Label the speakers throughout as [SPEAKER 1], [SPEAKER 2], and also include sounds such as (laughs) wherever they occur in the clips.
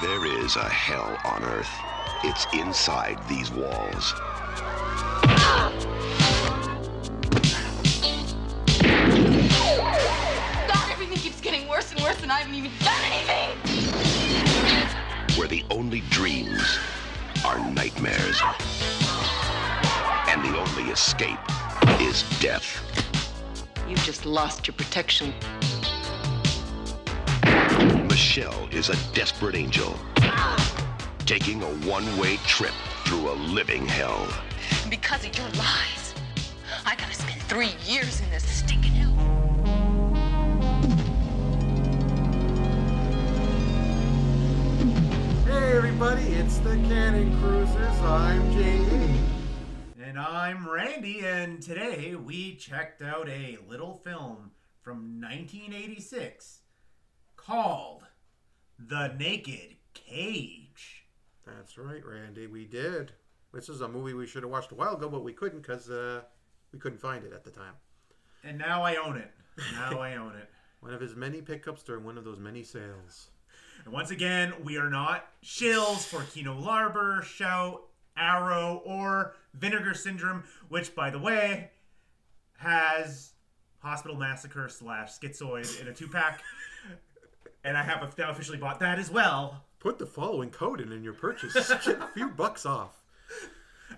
[SPEAKER 1] There is a hell on earth. It's inside these walls.
[SPEAKER 2] God, everything keeps getting worse and worse, and I haven't even done anything!
[SPEAKER 1] where the only dreams are nightmares. And the only escape is death.
[SPEAKER 2] You've just lost your protection.
[SPEAKER 1] Michelle is a desperate angel taking a one way trip through a living hell.
[SPEAKER 2] Because of your lies, I gotta spend three years in this stinking hell.
[SPEAKER 3] Hey everybody, it's the Cannon Cruisers. I'm Jamie.
[SPEAKER 4] And I'm Randy, and today we checked out a little film from 1986 called The Naked Cage.
[SPEAKER 3] That's right, Randy. We did. This is a movie we should have watched a while ago, but we couldn't because uh, we couldn't find it at the time.
[SPEAKER 4] And now I own it. Now I own it.
[SPEAKER 3] One of his many pickups during one of those many sales.
[SPEAKER 4] And once again, we are not shills for Kino Larber, Shout, Arrow, or Vinegar Syndrome, which, by the way, has Hospital Massacre slash Schizoid in a two pack. and I have now officially bought that as well.
[SPEAKER 3] Put the following code in in your purchase. Get a few bucks off.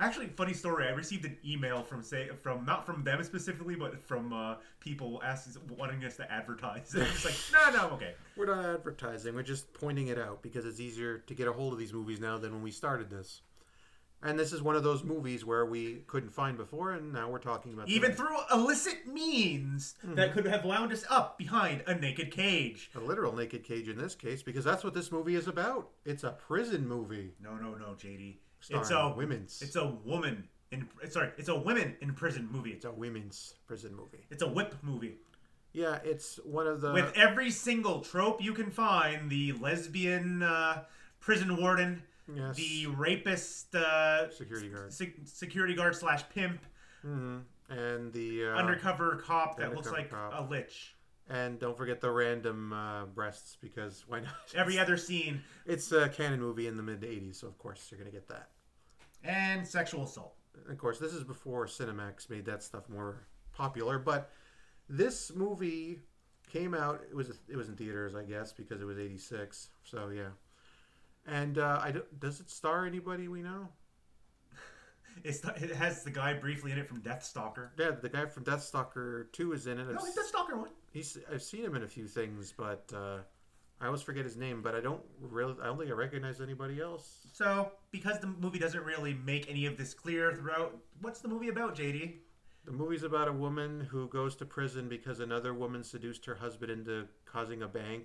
[SPEAKER 4] Actually, funny story. I received an email from say from not from them specifically, but from uh, people asking wanting us to advertise. (laughs) And it's like, no, no, I'm okay.
[SPEAKER 3] We're not advertising. We're just pointing it out because it's easier to get a hold of these movies now than when we started this. And this is one of those movies where we couldn't find before, and now we're talking about
[SPEAKER 4] Even
[SPEAKER 3] tonight.
[SPEAKER 4] through illicit means
[SPEAKER 3] Mm-hmm.
[SPEAKER 4] that could have wound us up behind a naked cage.
[SPEAKER 3] a literal naked cage in this case because that's what this movie is about. It's a prison movie.
[SPEAKER 4] No, no, no, JD.
[SPEAKER 3] Starring
[SPEAKER 4] it's a
[SPEAKER 3] women's-
[SPEAKER 4] It's a woman in. Sorry, it's a women in prison movie.
[SPEAKER 3] It's a women's prison movie.
[SPEAKER 4] It's a whip movie
[SPEAKER 3] Yeah, it's one of the
[SPEAKER 4] with every single trope you can find: the lesbian uh, prison warden,
[SPEAKER 3] Yes.
[SPEAKER 4] the rapist, uh,
[SPEAKER 3] Security guard.
[SPEAKER 4] se- security guard slash pimp,
[SPEAKER 3] and the uh,
[SPEAKER 4] undercover cop that looks like
[SPEAKER 3] undercover
[SPEAKER 4] a
[SPEAKER 3] cop.
[SPEAKER 4] lich.
[SPEAKER 3] and don't forget the random uh, breasts because why not?
[SPEAKER 4] Every other scene
[SPEAKER 3] (laughs) it's a canon movie in the mid '80s, so of course you're gonna get that.
[SPEAKER 4] and sexual assault.
[SPEAKER 3] of course, this is before Cinemax made that stuff more popular. But this movie came out. It was it was in theaters, I guess, because it was '86. So yeah. And uh, I don't- does it star anybody we know?
[SPEAKER 4] It's it has the guy briefly in it from Death Stalker.
[SPEAKER 3] Yeah, the guy from Deathstalker Two is in it. I've,
[SPEAKER 4] No, it's Death Stalker one.
[SPEAKER 3] he's, I've seen him in a few things, but uh, I always forget his name. But I don't really. I don't think I recognize anybody else.
[SPEAKER 4] So, because the movie doesn't really make any of this clear throughout, what's the movie about, JD?
[SPEAKER 3] The movie's about a woman who goes to prison because another woman seduced her husband into causing a bank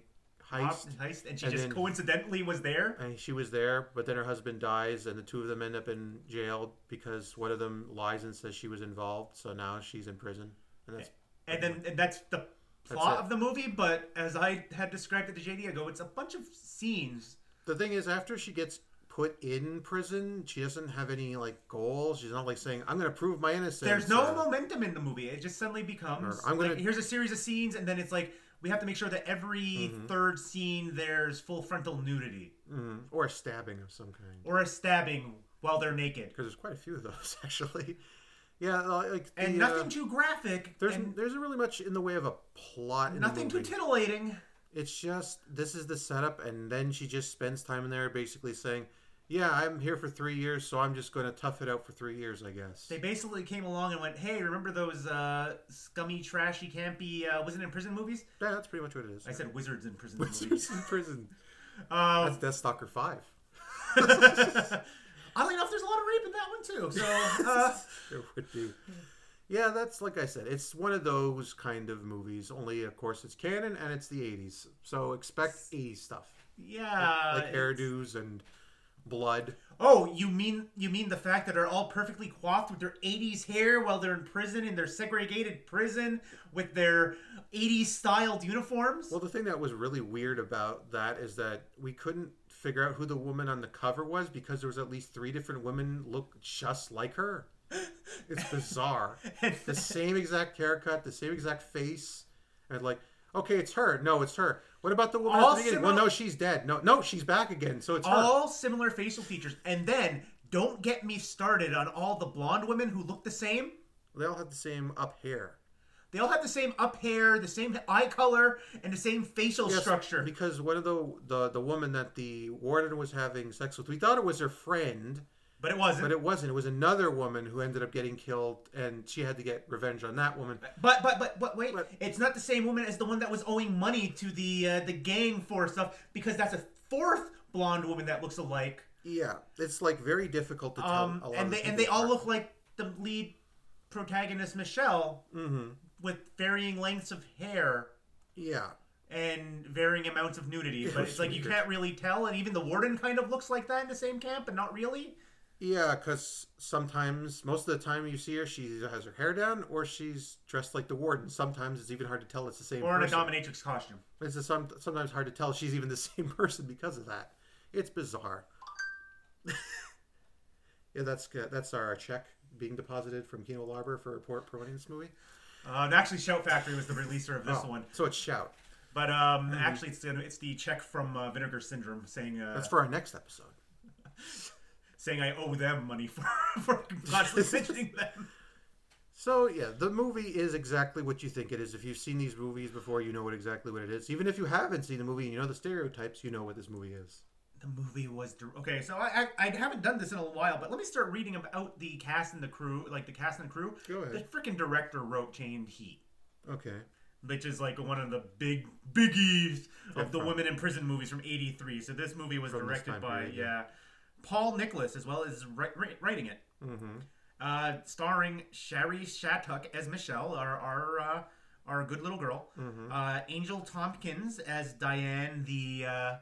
[SPEAKER 3] heist.
[SPEAKER 4] Heist, heist and she
[SPEAKER 3] and
[SPEAKER 4] just
[SPEAKER 3] then-
[SPEAKER 4] coincidentally was there.
[SPEAKER 3] and she was there, but then her husband dies, and the two of them end up in jail because one of them lies and says she was involved. So now she's in prison, and that's
[SPEAKER 4] And then and that's the plot
[SPEAKER 3] it.
[SPEAKER 4] of the movie. But as I had described it to JD, I go, it's a bunch of scenes.
[SPEAKER 3] the thing is after she gets put in prison, she doesn't have any like goals. She's not like saying, "I'm going to prove my innocence."
[SPEAKER 4] There's no
[SPEAKER 3] or-
[SPEAKER 4] momentum in the movie. It just suddenly becomes
[SPEAKER 3] I'm gonna-
[SPEAKER 4] like, here's a series of scenes, and then it's like we have to make sure that every
[SPEAKER 3] Mm-hmm.
[SPEAKER 4] third scene there's full frontal nudity
[SPEAKER 3] Mhm. or a stabbing of some kind
[SPEAKER 4] or a stabbing while they're naked,
[SPEAKER 3] because there's quite a few of those (laughs) actually. Yeah, like the,
[SPEAKER 4] and
[SPEAKER 3] uh,
[SPEAKER 4] nothing too graphic.
[SPEAKER 3] there's
[SPEAKER 4] and
[SPEAKER 3] there's really much in the way of a plot. In
[SPEAKER 4] nothing
[SPEAKER 3] the movie.
[SPEAKER 4] too titillating.
[SPEAKER 3] It's just this is the setup, and then she just spends time in there, basically saying, "Yeah, I'm here for three years, so I'm just going to tough it out for three years, I guess."
[SPEAKER 4] They basically came along and went, "Hey, remember those uh, scummy, trashy, campy uh, wasn't in prison movies?"
[SPEAKER 3] yeah, that's pretty much what it is. (laughs)
[SPEAKER 4] I said wizards in prison
[SPEAKER 3] Wizards (laughs)
[SPEAKER 4] movies.
[SPEAKER 3] in prison. (laughs)
[SPEAKER 4] Um, (laughs)
[SPEAKER 3] That's Death Stalker Five.
[SPEAKER 4] oddly enough, there's a lot of rape in that one too.
[SPEAKER 3] (laughs)
[SPEAKER 4] So uh,
[SPEAKER 3] There would be. Yeah, that's like I said. It's one of those kind of movies. Only, of course, it's canon and it's the '80s, so expect '80s stuff
[SPEAKER 4] yeah,
[SPEAKER 3] like
[SPEAKER 4] Uh, it's-
[SPEAKER 3] hairdos and blood.
[SPEAKER 4] Oh, you mean you mean the fact that they're all perfectly coiffed with their '80s hair while they're in prison in their segregated prison with their '80s styled uniforms?
[SPEAKER 3] Well, the thing that was really weird about that is that we couldn't figure out who the woman on the cover was because there was at least three different women look just like her.
[SPEAKER 4] (laughs)
[SPEAKER 3] It's bizarre. the same exact haircut, the same exact face, and like, Okay, it's her. No, it's her. What about the woman
[SPEAKER 4] All
[SPEAKER 3] at the beginning? well,
[SPEAKER 4] similar-
[SPEAKER 3] no, she's dead. No, no, she's back again. So it's her.
[SPEAKER 4] all similar facial features. And then don't get me started on all the blonde women who look the same.
[SPEAKER 3] They all have the same up hair.
[SPEAKER 4] They all have the same up hair, the same eye color, and the same facial
[SPEAKER 3] Yes,
[SPEAKER 4] structure.
[SPEAKER 3] Because one of the, the the woman that the warden was having sex with, we thought it was her friend,
[SPEAKER 4] but it wasn't.
[SPEAKER 3] but it wasn't. It was another woman who ended up getting killed, and she had to get revenge on that woman.
[SPEAKER 4] But but but but wait,
[SPEAKER 3] But-
[SPEAKER 4] it's not the same woman as the one that was owing money to the uh, the gang for stuff because that's a fourth blonde woman that looks alike.
[SPEAKER 3] Yeah, it's like very difficult to tell.
[SPEAKER 4] Um,
[SPEAKER 3] a lot
[SPEAKER 4] and
[SPEAKER 3] of
[SPEAKER 4] they
[SPEAKER 3] these people
[SPEAKER 4] and they all
[SPEAKER 3] apart.
[SPEAKER 4] look like the lead protagonist Michelle
[SPEAKER 3] Mm-hmm.
[SPEAKER 4] with varying lengths of hair
[SPEAKER 3] Yeah,
[SPEAKER 4] and varying amounts of nudity. But
[SPEAKER 3] was
[SPEAKER 4] it's like you
[SPEAKER 3] weird.
[SPEAKER 4] can't really tell, and even the warden kind of looks like that in the same camp, but not really.
[SPEAKER 3] yeah, because sometimes, most of the time, you see her, she either has her hair down or she's dressed like the warden. Sometimes it's even hard to tell it's the same.
[SPEAKER 4] Or in a
[SPEAKER 3] person.
[SPEAKER 4] dominatrix costume.
[SPEAKER 3] It's just some, sometimes hard to tell she's even the (laughs) same person because of that. It's bizarre. (laughs) yeah, that's good. That's our check being deposited from Kino Larber for report promoting this movie.
[SPEAKER 4] Uh, and actually, Shout Factory was the releaser of this
[SPEAKER 3] Oh, Mm-hmm.
[SPEAKER 4] one.
[SPEAKER 3] So it's shout.
[SPEAKER 4] But um, actually, it's the, it's the check from uh, Vinegar Syndrome saying uh,
[SPEAKER 3] That's for our next episode.
[SPEAKER 4] saying I owe them money for (laughs) for constantly
[SPEAKER 3] (laughs)
[SPEAKER 4] mentioning them.
[SPEAKER 3] So yeah, the movie is exactly what you think it is. If you've seen these movies before, you know what exactly what it is. Even if you haven't seen the movie and you know the stereotypes, you know what this movie is.
[SPEAKER 4] The movie was dir- okay. So I, I I haven't done this in a while, but let me start reading about the cast and the crew, like the cast and crew.
[SPEAKER 3] Go ahead.
[SPEAKER 4] The freaking director wrote Chained Heat,
[SPEAKER 3] Okay.
[SPEAKER 4] which is like one of the big biggies of the
[SPEAKER 3] from-
[SPEAKER 4] women in prison movies from '83. So this movie was
[SPEAKER 3] From this
[SPEAKER 4] directed
[SPEAKER 3] time
[SPEAKER 4] by
[SPEAKER 3] period,
[SPEAKER 4] yeah.
[SPEAKER 3] yeah.
[SPEAKER 4] Paul Nicholas as well as ri- ri- writing it.
[SPEAKER 3] Mm-hmm.
[SPEAKER 4] uh, starring Shari Shattuck as Michelle, our our, uh, our good little girl.
[SPEAKER 3] mm-hmm,
[SPEAKER 4] Uh, Angel Tompkins as Diane, the uh,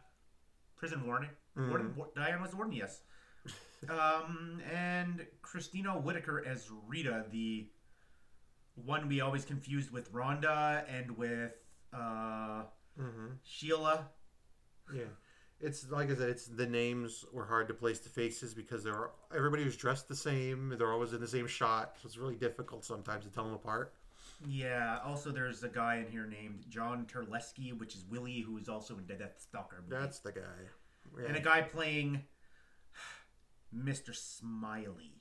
[SPEAKER 4] prison warden. warden wa- Diane was the warden, yes. Um, and Christina Whitaker as Rita, the one we always confused with Rhonda and with uh,
[SPEAKER 3] Mm-hmm.
[SPEAKER 4] Sheila.
[SPEAKER 3] Yeah. It's like I said, it's the names were hard to place the faces because they're everybody was dressed the same. They're always in the same shot, so it's really difficult sometimes to tell them apart.
[SPEAKER 4] Yeah. Also, there's a guy in here named John Terlesky, which is Willie, who is also in Death Stalker. movie.
[SPEAKER 3] That's the guy. Yeah.
[SPEAKER 4] and a guy playing (sighs) Mr. Smiley,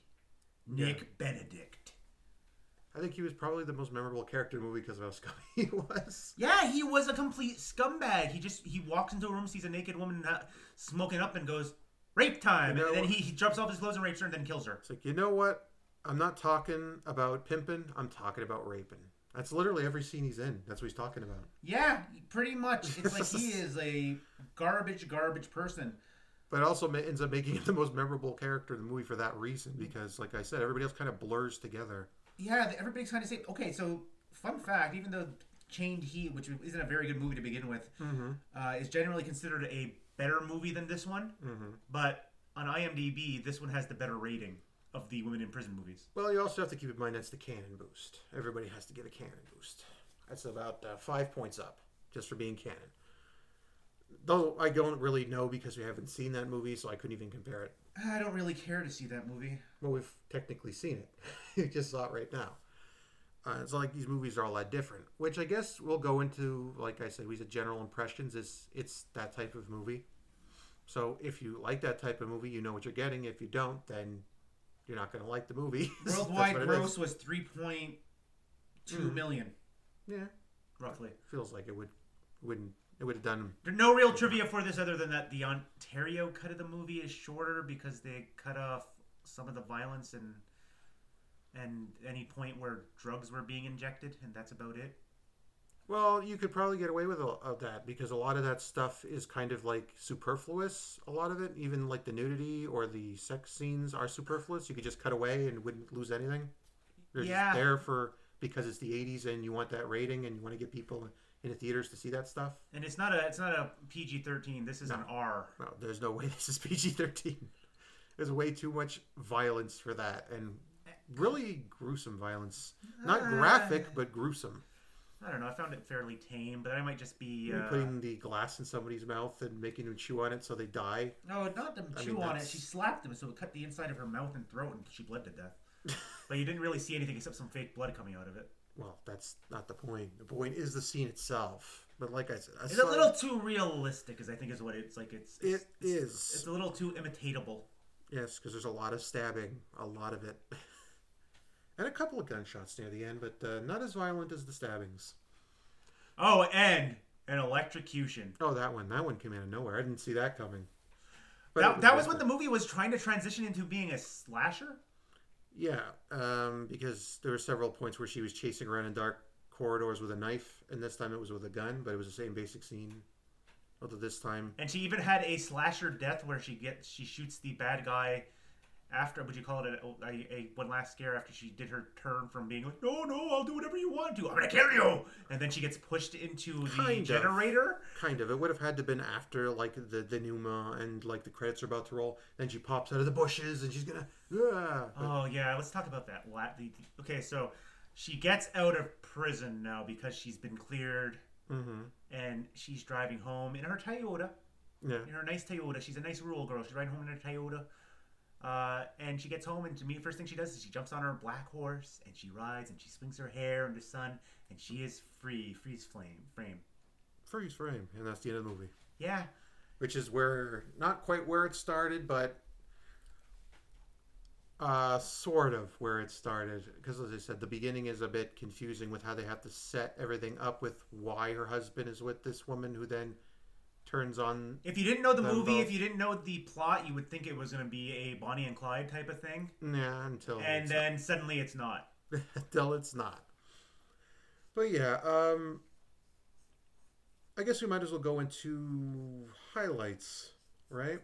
[SPEAKER 4] Nick Benedict.
[SPEAKER 3] I think he was probably the most memorable character in the movie because of how scummy (laughs) he was.
[SPEAKER 4] Yeah, he was a complete scumbag. He just he walks into a room, sees a naked woman uh, smoking up, and goes rape time.
[SPEAKER 3] You know-
[SPEAKER 4] and then he, he jumps off his clothes and rapes her, and then kills her.
[SPEAKER 3] It's like you know what? I'm not talking about pimping. I'm talking about raping. That's literally every scene he's in. That's what he's talking about.
[SPEAKER 4] Yeah, pretty much. It's
[SPEAKER 3] (laughs)
[SPEAKER 4] like he is a garbage, garbage person.
[SPEAKER 3] But it also ma- ends up making him (laughs) the most memorable character in the movie for that reason because, like I said, everybody else kind of blurs together.
[SPEAKER 4] Yeah, th- everybody's kind of saying. Okay, so fun fact: even though Chained Heat, which isn't a very good movie to begin with,
[SPEAKER 3] Mm-hmm.
[SPEAKER 4] uh, is generally considered a better movie than this one,
[SPEAKER 3] Mm-hmm.
[SPEAKER 4] but on IMDb, this one has the better rating of the women in prison movies.
[SPEAKER 3] Well, you also have to keep in mind that's the canon boost. Everybody has to get a canon boost. That's about uh, five points up just for being canon. Though I don't really know because we haven't seen that movie, so I couldn't even compare it.
[SPEAKER 4] (sighs) I don't really care to see that movie.
[SPEAKER 3] Well, we've technically seen it. (laughs) you just saw it right now. Uh, it's not like these movies are all that different, which I guess we'll go into. Like I said, we said general impressions. Is it's that type of movie. So if you like that type of movie, you know what you're getting. If you don't, then you're not going to like the movie. (laughs) That's
[SPEAKER 4] Worldwide
[SPEAKER 3] what it is.
[SPEAKER 4] gross was three point two million,
[SPEAKER 3] Yeah,
[SPEAKER 4] roughly.
[SPEAKER 3] feels like it would wouldn't it would have done
[SPEAKER 4] There's no real trivia for this other than that the Ontario cut of the movie is shorter because they cut off some of the violence and and any point where drugs were being injected, and that's about it.
[SPEAKER 3] well you could probably get away with a, of that because a lot of that stuff is kind of like superfluous a lot of it even like the nudity or the sex scenes are superfluous you could just cut away and wouldn't lose anything they're
[SPEAKER 4] Yeah.
[SPEAKER 3] just there for because it's the 80s and you want that rating and you want to get people in the theaters to see that stuff
[SPEAKER 4] And it's not a it's not a PG thirteen. This is an R.
[SPEAKER 3] no there's no way (laughs) this is pg-13 there's way too much violence for that and really gruesome violence not graphic but gruesome
[SPEAKER 4] I don't know. I found it fairly tame, but I might just be.
[SPEAKER 3] Maybe
[SPEAKER 4] Uh,
[SPEAKER 3] putting the glass in somebody's mouth and making them chew on it so they die.
[SPEAKER 4] no, not to
[SPEAKER 3] I
[SPEAKER 4] chew
[SPEAKER 3] mean,
[SPEAKER 4] on it.
[SPEAKER 3] that's-
[SPEAKER 4] She slapped him, so it cut (laughs) the inside of her mouth and throat, and she bled to death. but you didn't really see anything except some fake blood coming out of it.
[SPEAKER 3] Well, that's not the point. The point is the scene itself. But like I said,
[SPEAKER 4] It's a little too realistic, is I think is what it's like. It's, it's
[SPEAKER 3] It
[SPEAKER 4] it's,
[SPEAKER 3] is.
[SPEAKER 4] It's a little too imitatable.
[SPEAKER 3] Yes, because there's a lot of stabbing, a lot of it, (laughs) and a couple of gunshots near the end, but uh, not as violent as the stabbings.
[SPEAKER 4] Oh, and an electrocution.
[SPEAKER 3] Oh, that one, that one came out of nowhere. I didn't see that coming. But
[SPEAKER 4] That, that was when the movie was trying to transition into being a slasher.
[SPEAKER 3] yeah, um, because there were several points where she was chasing around in dark corridors with a knife, and this time it was with a gun, but it was the same basic scene. Although this time,
[SPEAKER 4] And she even had a slasher death where she gets she shoots the bad guy after would you call it a, a, a one last scare after she did her turn from being like no no I'll do whatever you want to I'm gonna kill you and then she gets pushed into the
[SPEAKER 3] Kind of.
[SPEAKER 4] generator
[SPEAKER 3] kind of, it would have had to been after like the the Numa and like the credits are about to roll. Then she pops out of the bushes and she's gonna. Ah, but-
[SPEAKER 4] oh yeah let's talk about that La- the- the- okay so she gets out of prison now because she's been cleared
[SPEAKER 3] Mhm.
[SPEAKER 4] and she's driving home in her Toyota
[SPEAKER 3] Yeah.
[SPEAKER 4] in her nice Toyota. She's a nice rural girl. She's riding home in her Toyota. Uh, and she gets home, and to me, first thing she does is she jumps on her black horse and she rides and she swings her hair in the sun, and she is free, freeze flame, frame.
[SPEAKER 3] freeze frame, and that's the end of the movie.
[SPEAKER 4] Yeah,
[SPEAKER 3] Which is where not quite where it started, but uh, sort of where it started. Because as I said, the beginning is a bit confusing with how they have to set everything up with why her husband is with this woman, who then turns on.
[SPEAKER 4] if you didn't know the
[SPEAKER 3] Them
[SPEAKER 4] movie,
[SPEAKER 3] both.
[SPEAKER 4] if you didn't know the plot, you would think it was going to be a Bonnie and Clyde type of thing,
[SPEAKER 3] Nah, until
[SPEAKER 4] and
[SPEAKER 3] it's
[SPEAKER 4] then suddenly it's not.
[SPEAKER 3] until it's not. But yeah, um, I guess we might as well go into highlights, right?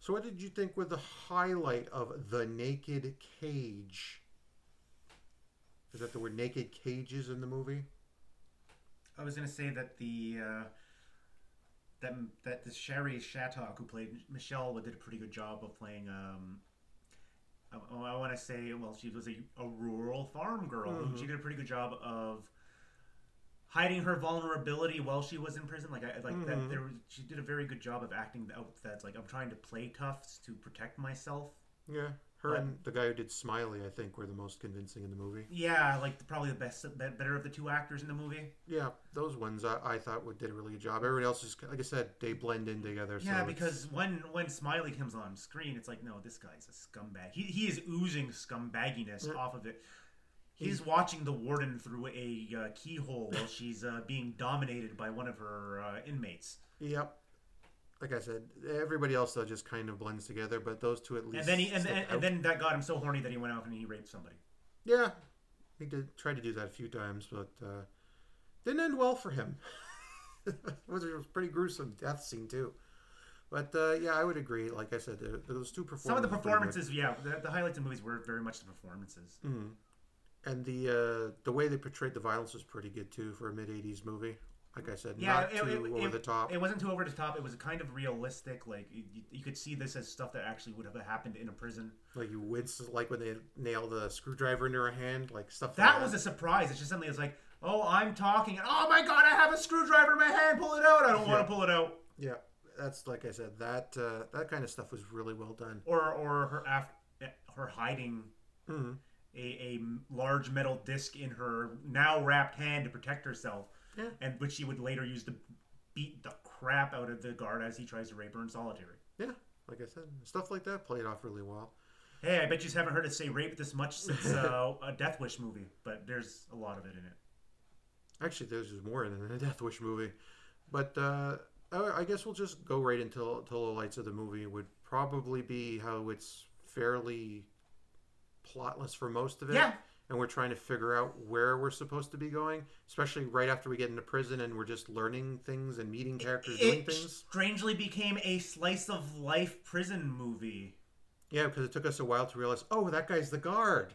[SPEAKER 3] So, what did you think were the highlight of the naked cage? Is that there were naked cages in the movie?
[SPEAKER 4] I was going to say that the uh, that that the Sherry Shattuck who played Michelle did a pretty good job of playing. Um, I, oh, I want to say, well, she was a, a rural farm girl. who She did a pretty good job of hiding her vulnerability while she was in prison. Like, I, like that, there was, she did a very good job of acting out that like I'm trying to play tough to protect myself.
[SPEAKER 3] Yeah, her
[SPEAKER 4] But-
[SPEAKER 3] and the guy who did Smiley, I think, were the most convincing in the movie.
[SPEAKER 4] Yeah, like probably the best, be- better of the two actors in the movie.
[SPEAKER 3] Yeah, those ones I, I thought were, did a really good job. Everybody else is, like I said, they blend in together. so
[SPEAKER 4] Yeah,
[SPEAKER 3] it's-
[SPEAKER 4] because when when Smiley comes on screen, it's like, no, this guy's a scumbag. He, he is oozing scumbagginess
[SPEAKER 3] Mm.
[SPEAKER 4] off of it. He's watching the warden through a uh, keyhole while she's uh, being dominated by one of her uh, inmates,
[SPEAKER 3] Yep. Like I said, everybody else though just kind of blends together, but those two at least.
[SPEAKER 4] and then he and,
[SPEAKER 3] stick
[SPEAKER 4] and,
[SPEAKER 3] out.
[SPEAKER 4] and then that got him so horny that he went out and he raped somebody.
[SPEAKER 3] yeah, he did try to do that a few times, but uh, didn't end well for him. (laughs) it was a pretty gruesome death scene too. But uh, yeah, I would agree. Like I said, the, those two performances.
[SPEAKER 4] Some of the
[SPEAKER 3] were pretty good.
[SPEAKER 4] performances, yeah, the, the highlights of movies were very much the performances.
[SPEAKER 3] Mm, and the uh, the way they portrayed the violence was pretty good too for a mid '80s movie. Like I said,
[SPEAKER 4] Yeah,
[SPEAKER 3] not
[SPEAKER 4] it,
[SPEAKER 3] too
[SPEAKER 4] it,
[SPEAKER 3] over
[SPEAKER 4] it-
[SPEAKER 3] the top.
[SPEAKER 4] It wasn't too over the top. It was kind of realistic. Like you, you could see this as stuff that actually would have happened in a prison.
[SPEAKER 3] like you wince, like when they nailed the screwdriver into her hand, like stuff.
[SPEAKER 4] That
[SPEAKER 3] like
[SPEAKER 4] was a surprise. It's just suddenly it's like, oh, I'm talking, and oh my god, I have a screwdriver in my hand. Pull it out. I don't want to pull it out.
[SPEAKER 3] Yeah, that's like I said. That uh, that kind of stuff was really well done.
[SPEAKER 4] Or or her af- her hiding Mm-hmm.
[SPEAKER 3] Mhm.
[SPEAKER 4] a, a large metal disc in her now wrapped hand to protect herself,
[SPEAKER 3] Yeah.
[SPEAKER 4] and which she would later use to beat the crap out of the guard as he tries to rape her in solitary.
[SPEAKER 3] Yeah, like I said, stuff like that played off really well.
[SPEAKER 4] Hey, I bet you just haven't heard us say rape this much
[SPEAKER 3] (laughs)
[SPEAKER 4] since uh, a Death Wish movie, but there's a lot of it in it.
[SPEAKER 3] Actually, there's just more in it than a (laughs) Death Wish movie, but uh, I I guess we'll just go right into to the lights of the movie. Would probably be how it's fairly plotless for most of it.
[SPEAKER 4] Yeah.
[SPEAKER 3] And we're trying to figure out where we're supposed to be going, especially right after we get into prison and we're just learning things and meeting characters, doing
[SPEAKER 4] It
[SPEAKER 3] things.
[SPEAKER 4] strangely became a slice of life prison movie.
[SPEAKER 3] Yeah, because it took us a while to realize, oh, that guy's the guard.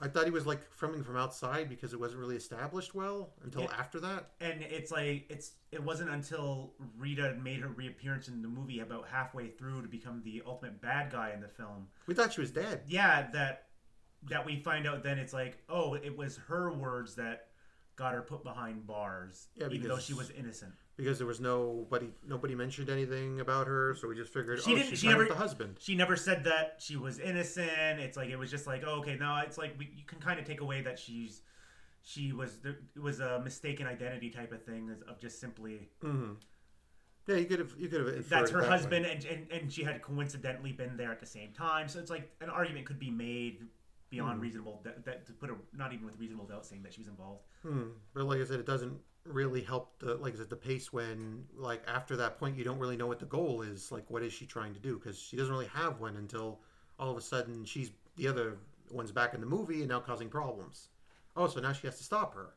[SPEAKER 3] I thought he was like coming from outside because it wasn't really established well until
[SPEAKER 4] Yeah.
[SPEAKER 3] after that.
[SPEAKER 4] and it's like it's it wasn't until Rita made her reappearance in the movie about halfway through to become the ultimate bad guy in the film.
[SPEAKER 3] We thought she was dead.
[SPEAKER 4] Yeah, that that we find out then it's like, oh, it was her words that got her put behind bars,
[SPEAKER 3] Yeah,
[SPEAKER 4] even though
[SPEAKER 3] because-
[SPEAKER 4] she was innocent.
[SPEAKER 3] Because there was nobody nobody mentioned anything about her, so we just figured
[SPEAKER 4] She
[SPEAKER 3] oh
[SPEAKER 4] didn't.
[SPEAKER 3] she's
[SPEAKER 4] She
[SPEAKER 3] not
[SPEAKER 4] never.
[SPEAKER 3] with the husband.
[SPEAKER 4] She never said that she was innocent. It's like it was just like, oh, okay, now it's like we, you can kind of take away that she's she was there, it was a mistaken identity type of thing is- of just simply
[SPEAKER 3] Yeah, you could have. You could have. inferred
[SPEAKER 4] Mm-hmm. that's
[SPEAKER 3] it
[SPEAKER 4] her
[SPEAKER 3] that way.
[SPEAKER 4] husband and, and and she had coincidentally been there at the same time so it's like an argument could be made beyond
[SPEAKER 3] Hmm.
[SPEAKER 4] reasonable that, that to put a not even with reasonable doubt saying that she was involved
[SPEAKER 3] Hmm. But like I said, it doesn't really help the like I said the pace when like after that point you don't really know what the goal is. Like what is she trying to do? Because she doesn't really have one until all of a sudden she's the other one's back in the movie and now causing problems. Oh, so now she has to stop her.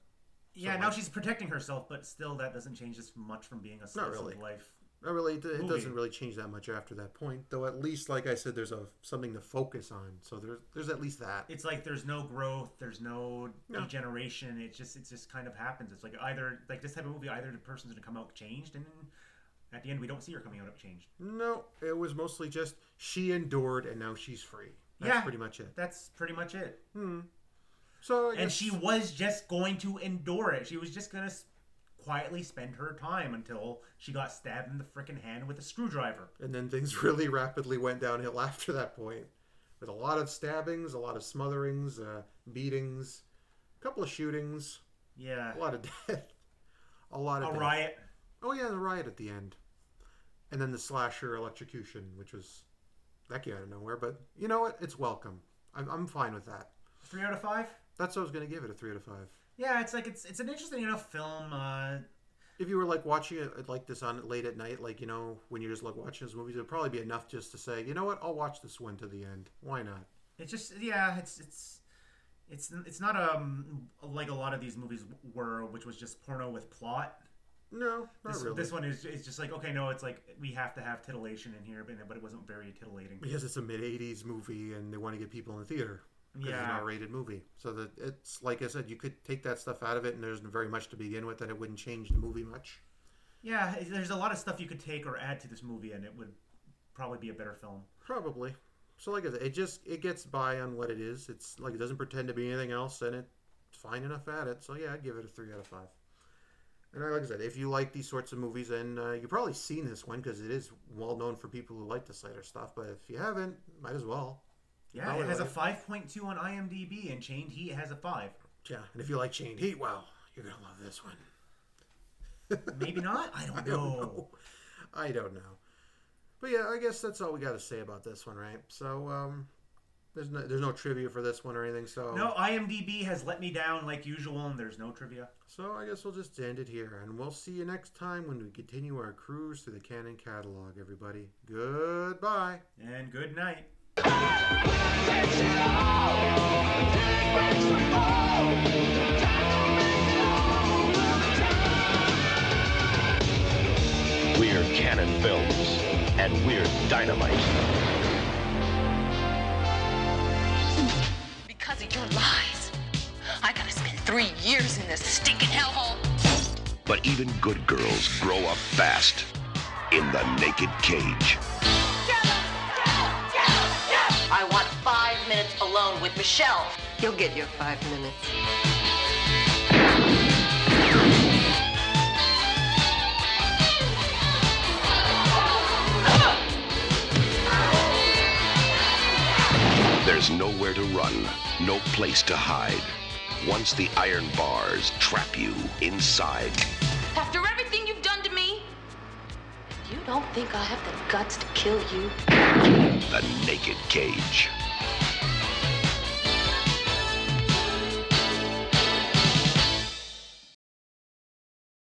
[SPEAKER 4] yeah now she's protecting herself but still that doesn't change as much from being a slice
[SPEAKER 3] really.
[SPEAKER 4] of life
[SPEAKER 3] Not really. It, it
[SPEAKER 4] Movie.
[SPEAKER 3] doesn't really change that much after that point, though. At least like I said, there's a something to focus on. So there's there's at least that.
[SPEAKER 4] it's like there's no growth there's no degeneration it just it just kind of happens it's like either like this type of movie either the person's gonna come out changed and at the end we don't see her coming out changed
[SPEAKER 3] No, it was mostly just she endured and now she's free. That's
[SPEAKER 4] Yeah.
[SPEAKER 3] pretty much it.
[SPEAKER 4] that's pretty much it
[SPEAKER 3] So I
[SPEAKER 4] and
[SPEAKER 3] guess-
[SPEAKER 4] she was just going to endure it she was just gonna s- quietly spend her time until she got stabbed in the frickin' hand with a screwdriver
[SPEAKER 3] And then things (laughs) really rapidly went downhill after that point, with a lot of stabbings, a lot of smotherings, uh, beatings, a couple of shootings,
[SPEAKER 4] yeah
[SPEAKER 3] a lot of (laughs) death, a lot
[SPEAKER 4] a
[SPEAKER 3] of death.
[SPEAKER 4] riot
[SPEAKER 3] Oh yeah, the riot at the end, and then the slasher electrocution, which was that came out of nowhere. But you know what? It's welcome. I'm, I'm fine with that.
[SPEAKER 4] three out of five
[SPEAKER 3] That's what I was gonna give it a three out of five.
[SPEAKER 4] yeah it's like it's it's an interesting enough film uh
[SPEAKER 3] If you were like watching it uh, like this on late at night, like you know when you're just like watching those movies, it'd probably be enough just to say, you know what? I'll watch this one to the end. Why not?
[SPEAKER 4] It's just yeah, it's it's it's it's not um like a lot of these movies were, which was just porno with plot.
[SPEAKER 3] No, not
[SPEAKER 4] This,
[SPEAKER 3] really.
[SPEAKER 4] this one is is just like okay, no, it's like we have to have titillation in here, but but it wasn't very titillating.
[SPEAKER 3] because it's a mid '80s movie and they want to get people in the theater. 'cause it's an
[SPEAKER 4] Yeah.
[SPEAKER 3] R-rated movie, so that it's like I said, you could take that stuff out of it, and there isn't very much to begin with, and it wouldn't change the movie much.
[SPEAKER 4] Yeah, it- there's a lot of stuff you could take or add to this movie, and it would probably be a better film.
[SPEAKER 3] Probably. So like I said, it just it gets by on what it is. It's like it doesn't pretend to be anything else, and it's fine enough at it. So yeah, I'd give it a three out of five. And I- like I said, if you like these sorts of movies, and uh, you've probably seen this one because it is well known for people who like the cider stuff. But if you haven't, might as well.
[SPEAKER 4] Yeah,
[SPEAKER 3] Probably
[SPEAKER 4] it has a
[SPEAKER 3] right.
[SPEAKER 4] 5.2 on IMDb, and Chained Heat has a five.
[SPEAKER 3] Yeah, and if you like Chained Heat, wow, you're gonna love this one.
[SPEAKER 4] (laughs) Maybe not. I don't know.
[SPEAKER 3] don't know. (laughs) I don't know. But yeah, I guess that's all we got to say about this one, right? So um, there's no there's no trivia for this one or anything. So
[SPEAKER 4] No, IMDb has let me down like usual, and there's no trivia.
[SPEAKER 3] So I guess we'll just end it here, and we'll see you next time when we continue our cruise through the Canon catalog. Everybody, goodbye.
[SPEAKER 4] And good night.
[SPEAKER 1] We're Canon Films, and we're dynamite.
[SPEAKER 2] Because of your lies, I gotta spend three years in this stinking hellhole.
[SPEAKER 1] But even good girls grow up fast in the naked cage.
[SPEAKER 5] I want five minutes alone with Michelle. You'll get your five minutes.
[SPEAKER 1] There's nowhere to run, no place to hide. Once the iron bars trap you inside,
[SPEAKER 6] After everything you've done to me,
[SPEAKER 5] You don't think I have the guts to kill you?
[SPEAKER 1] the naked cage.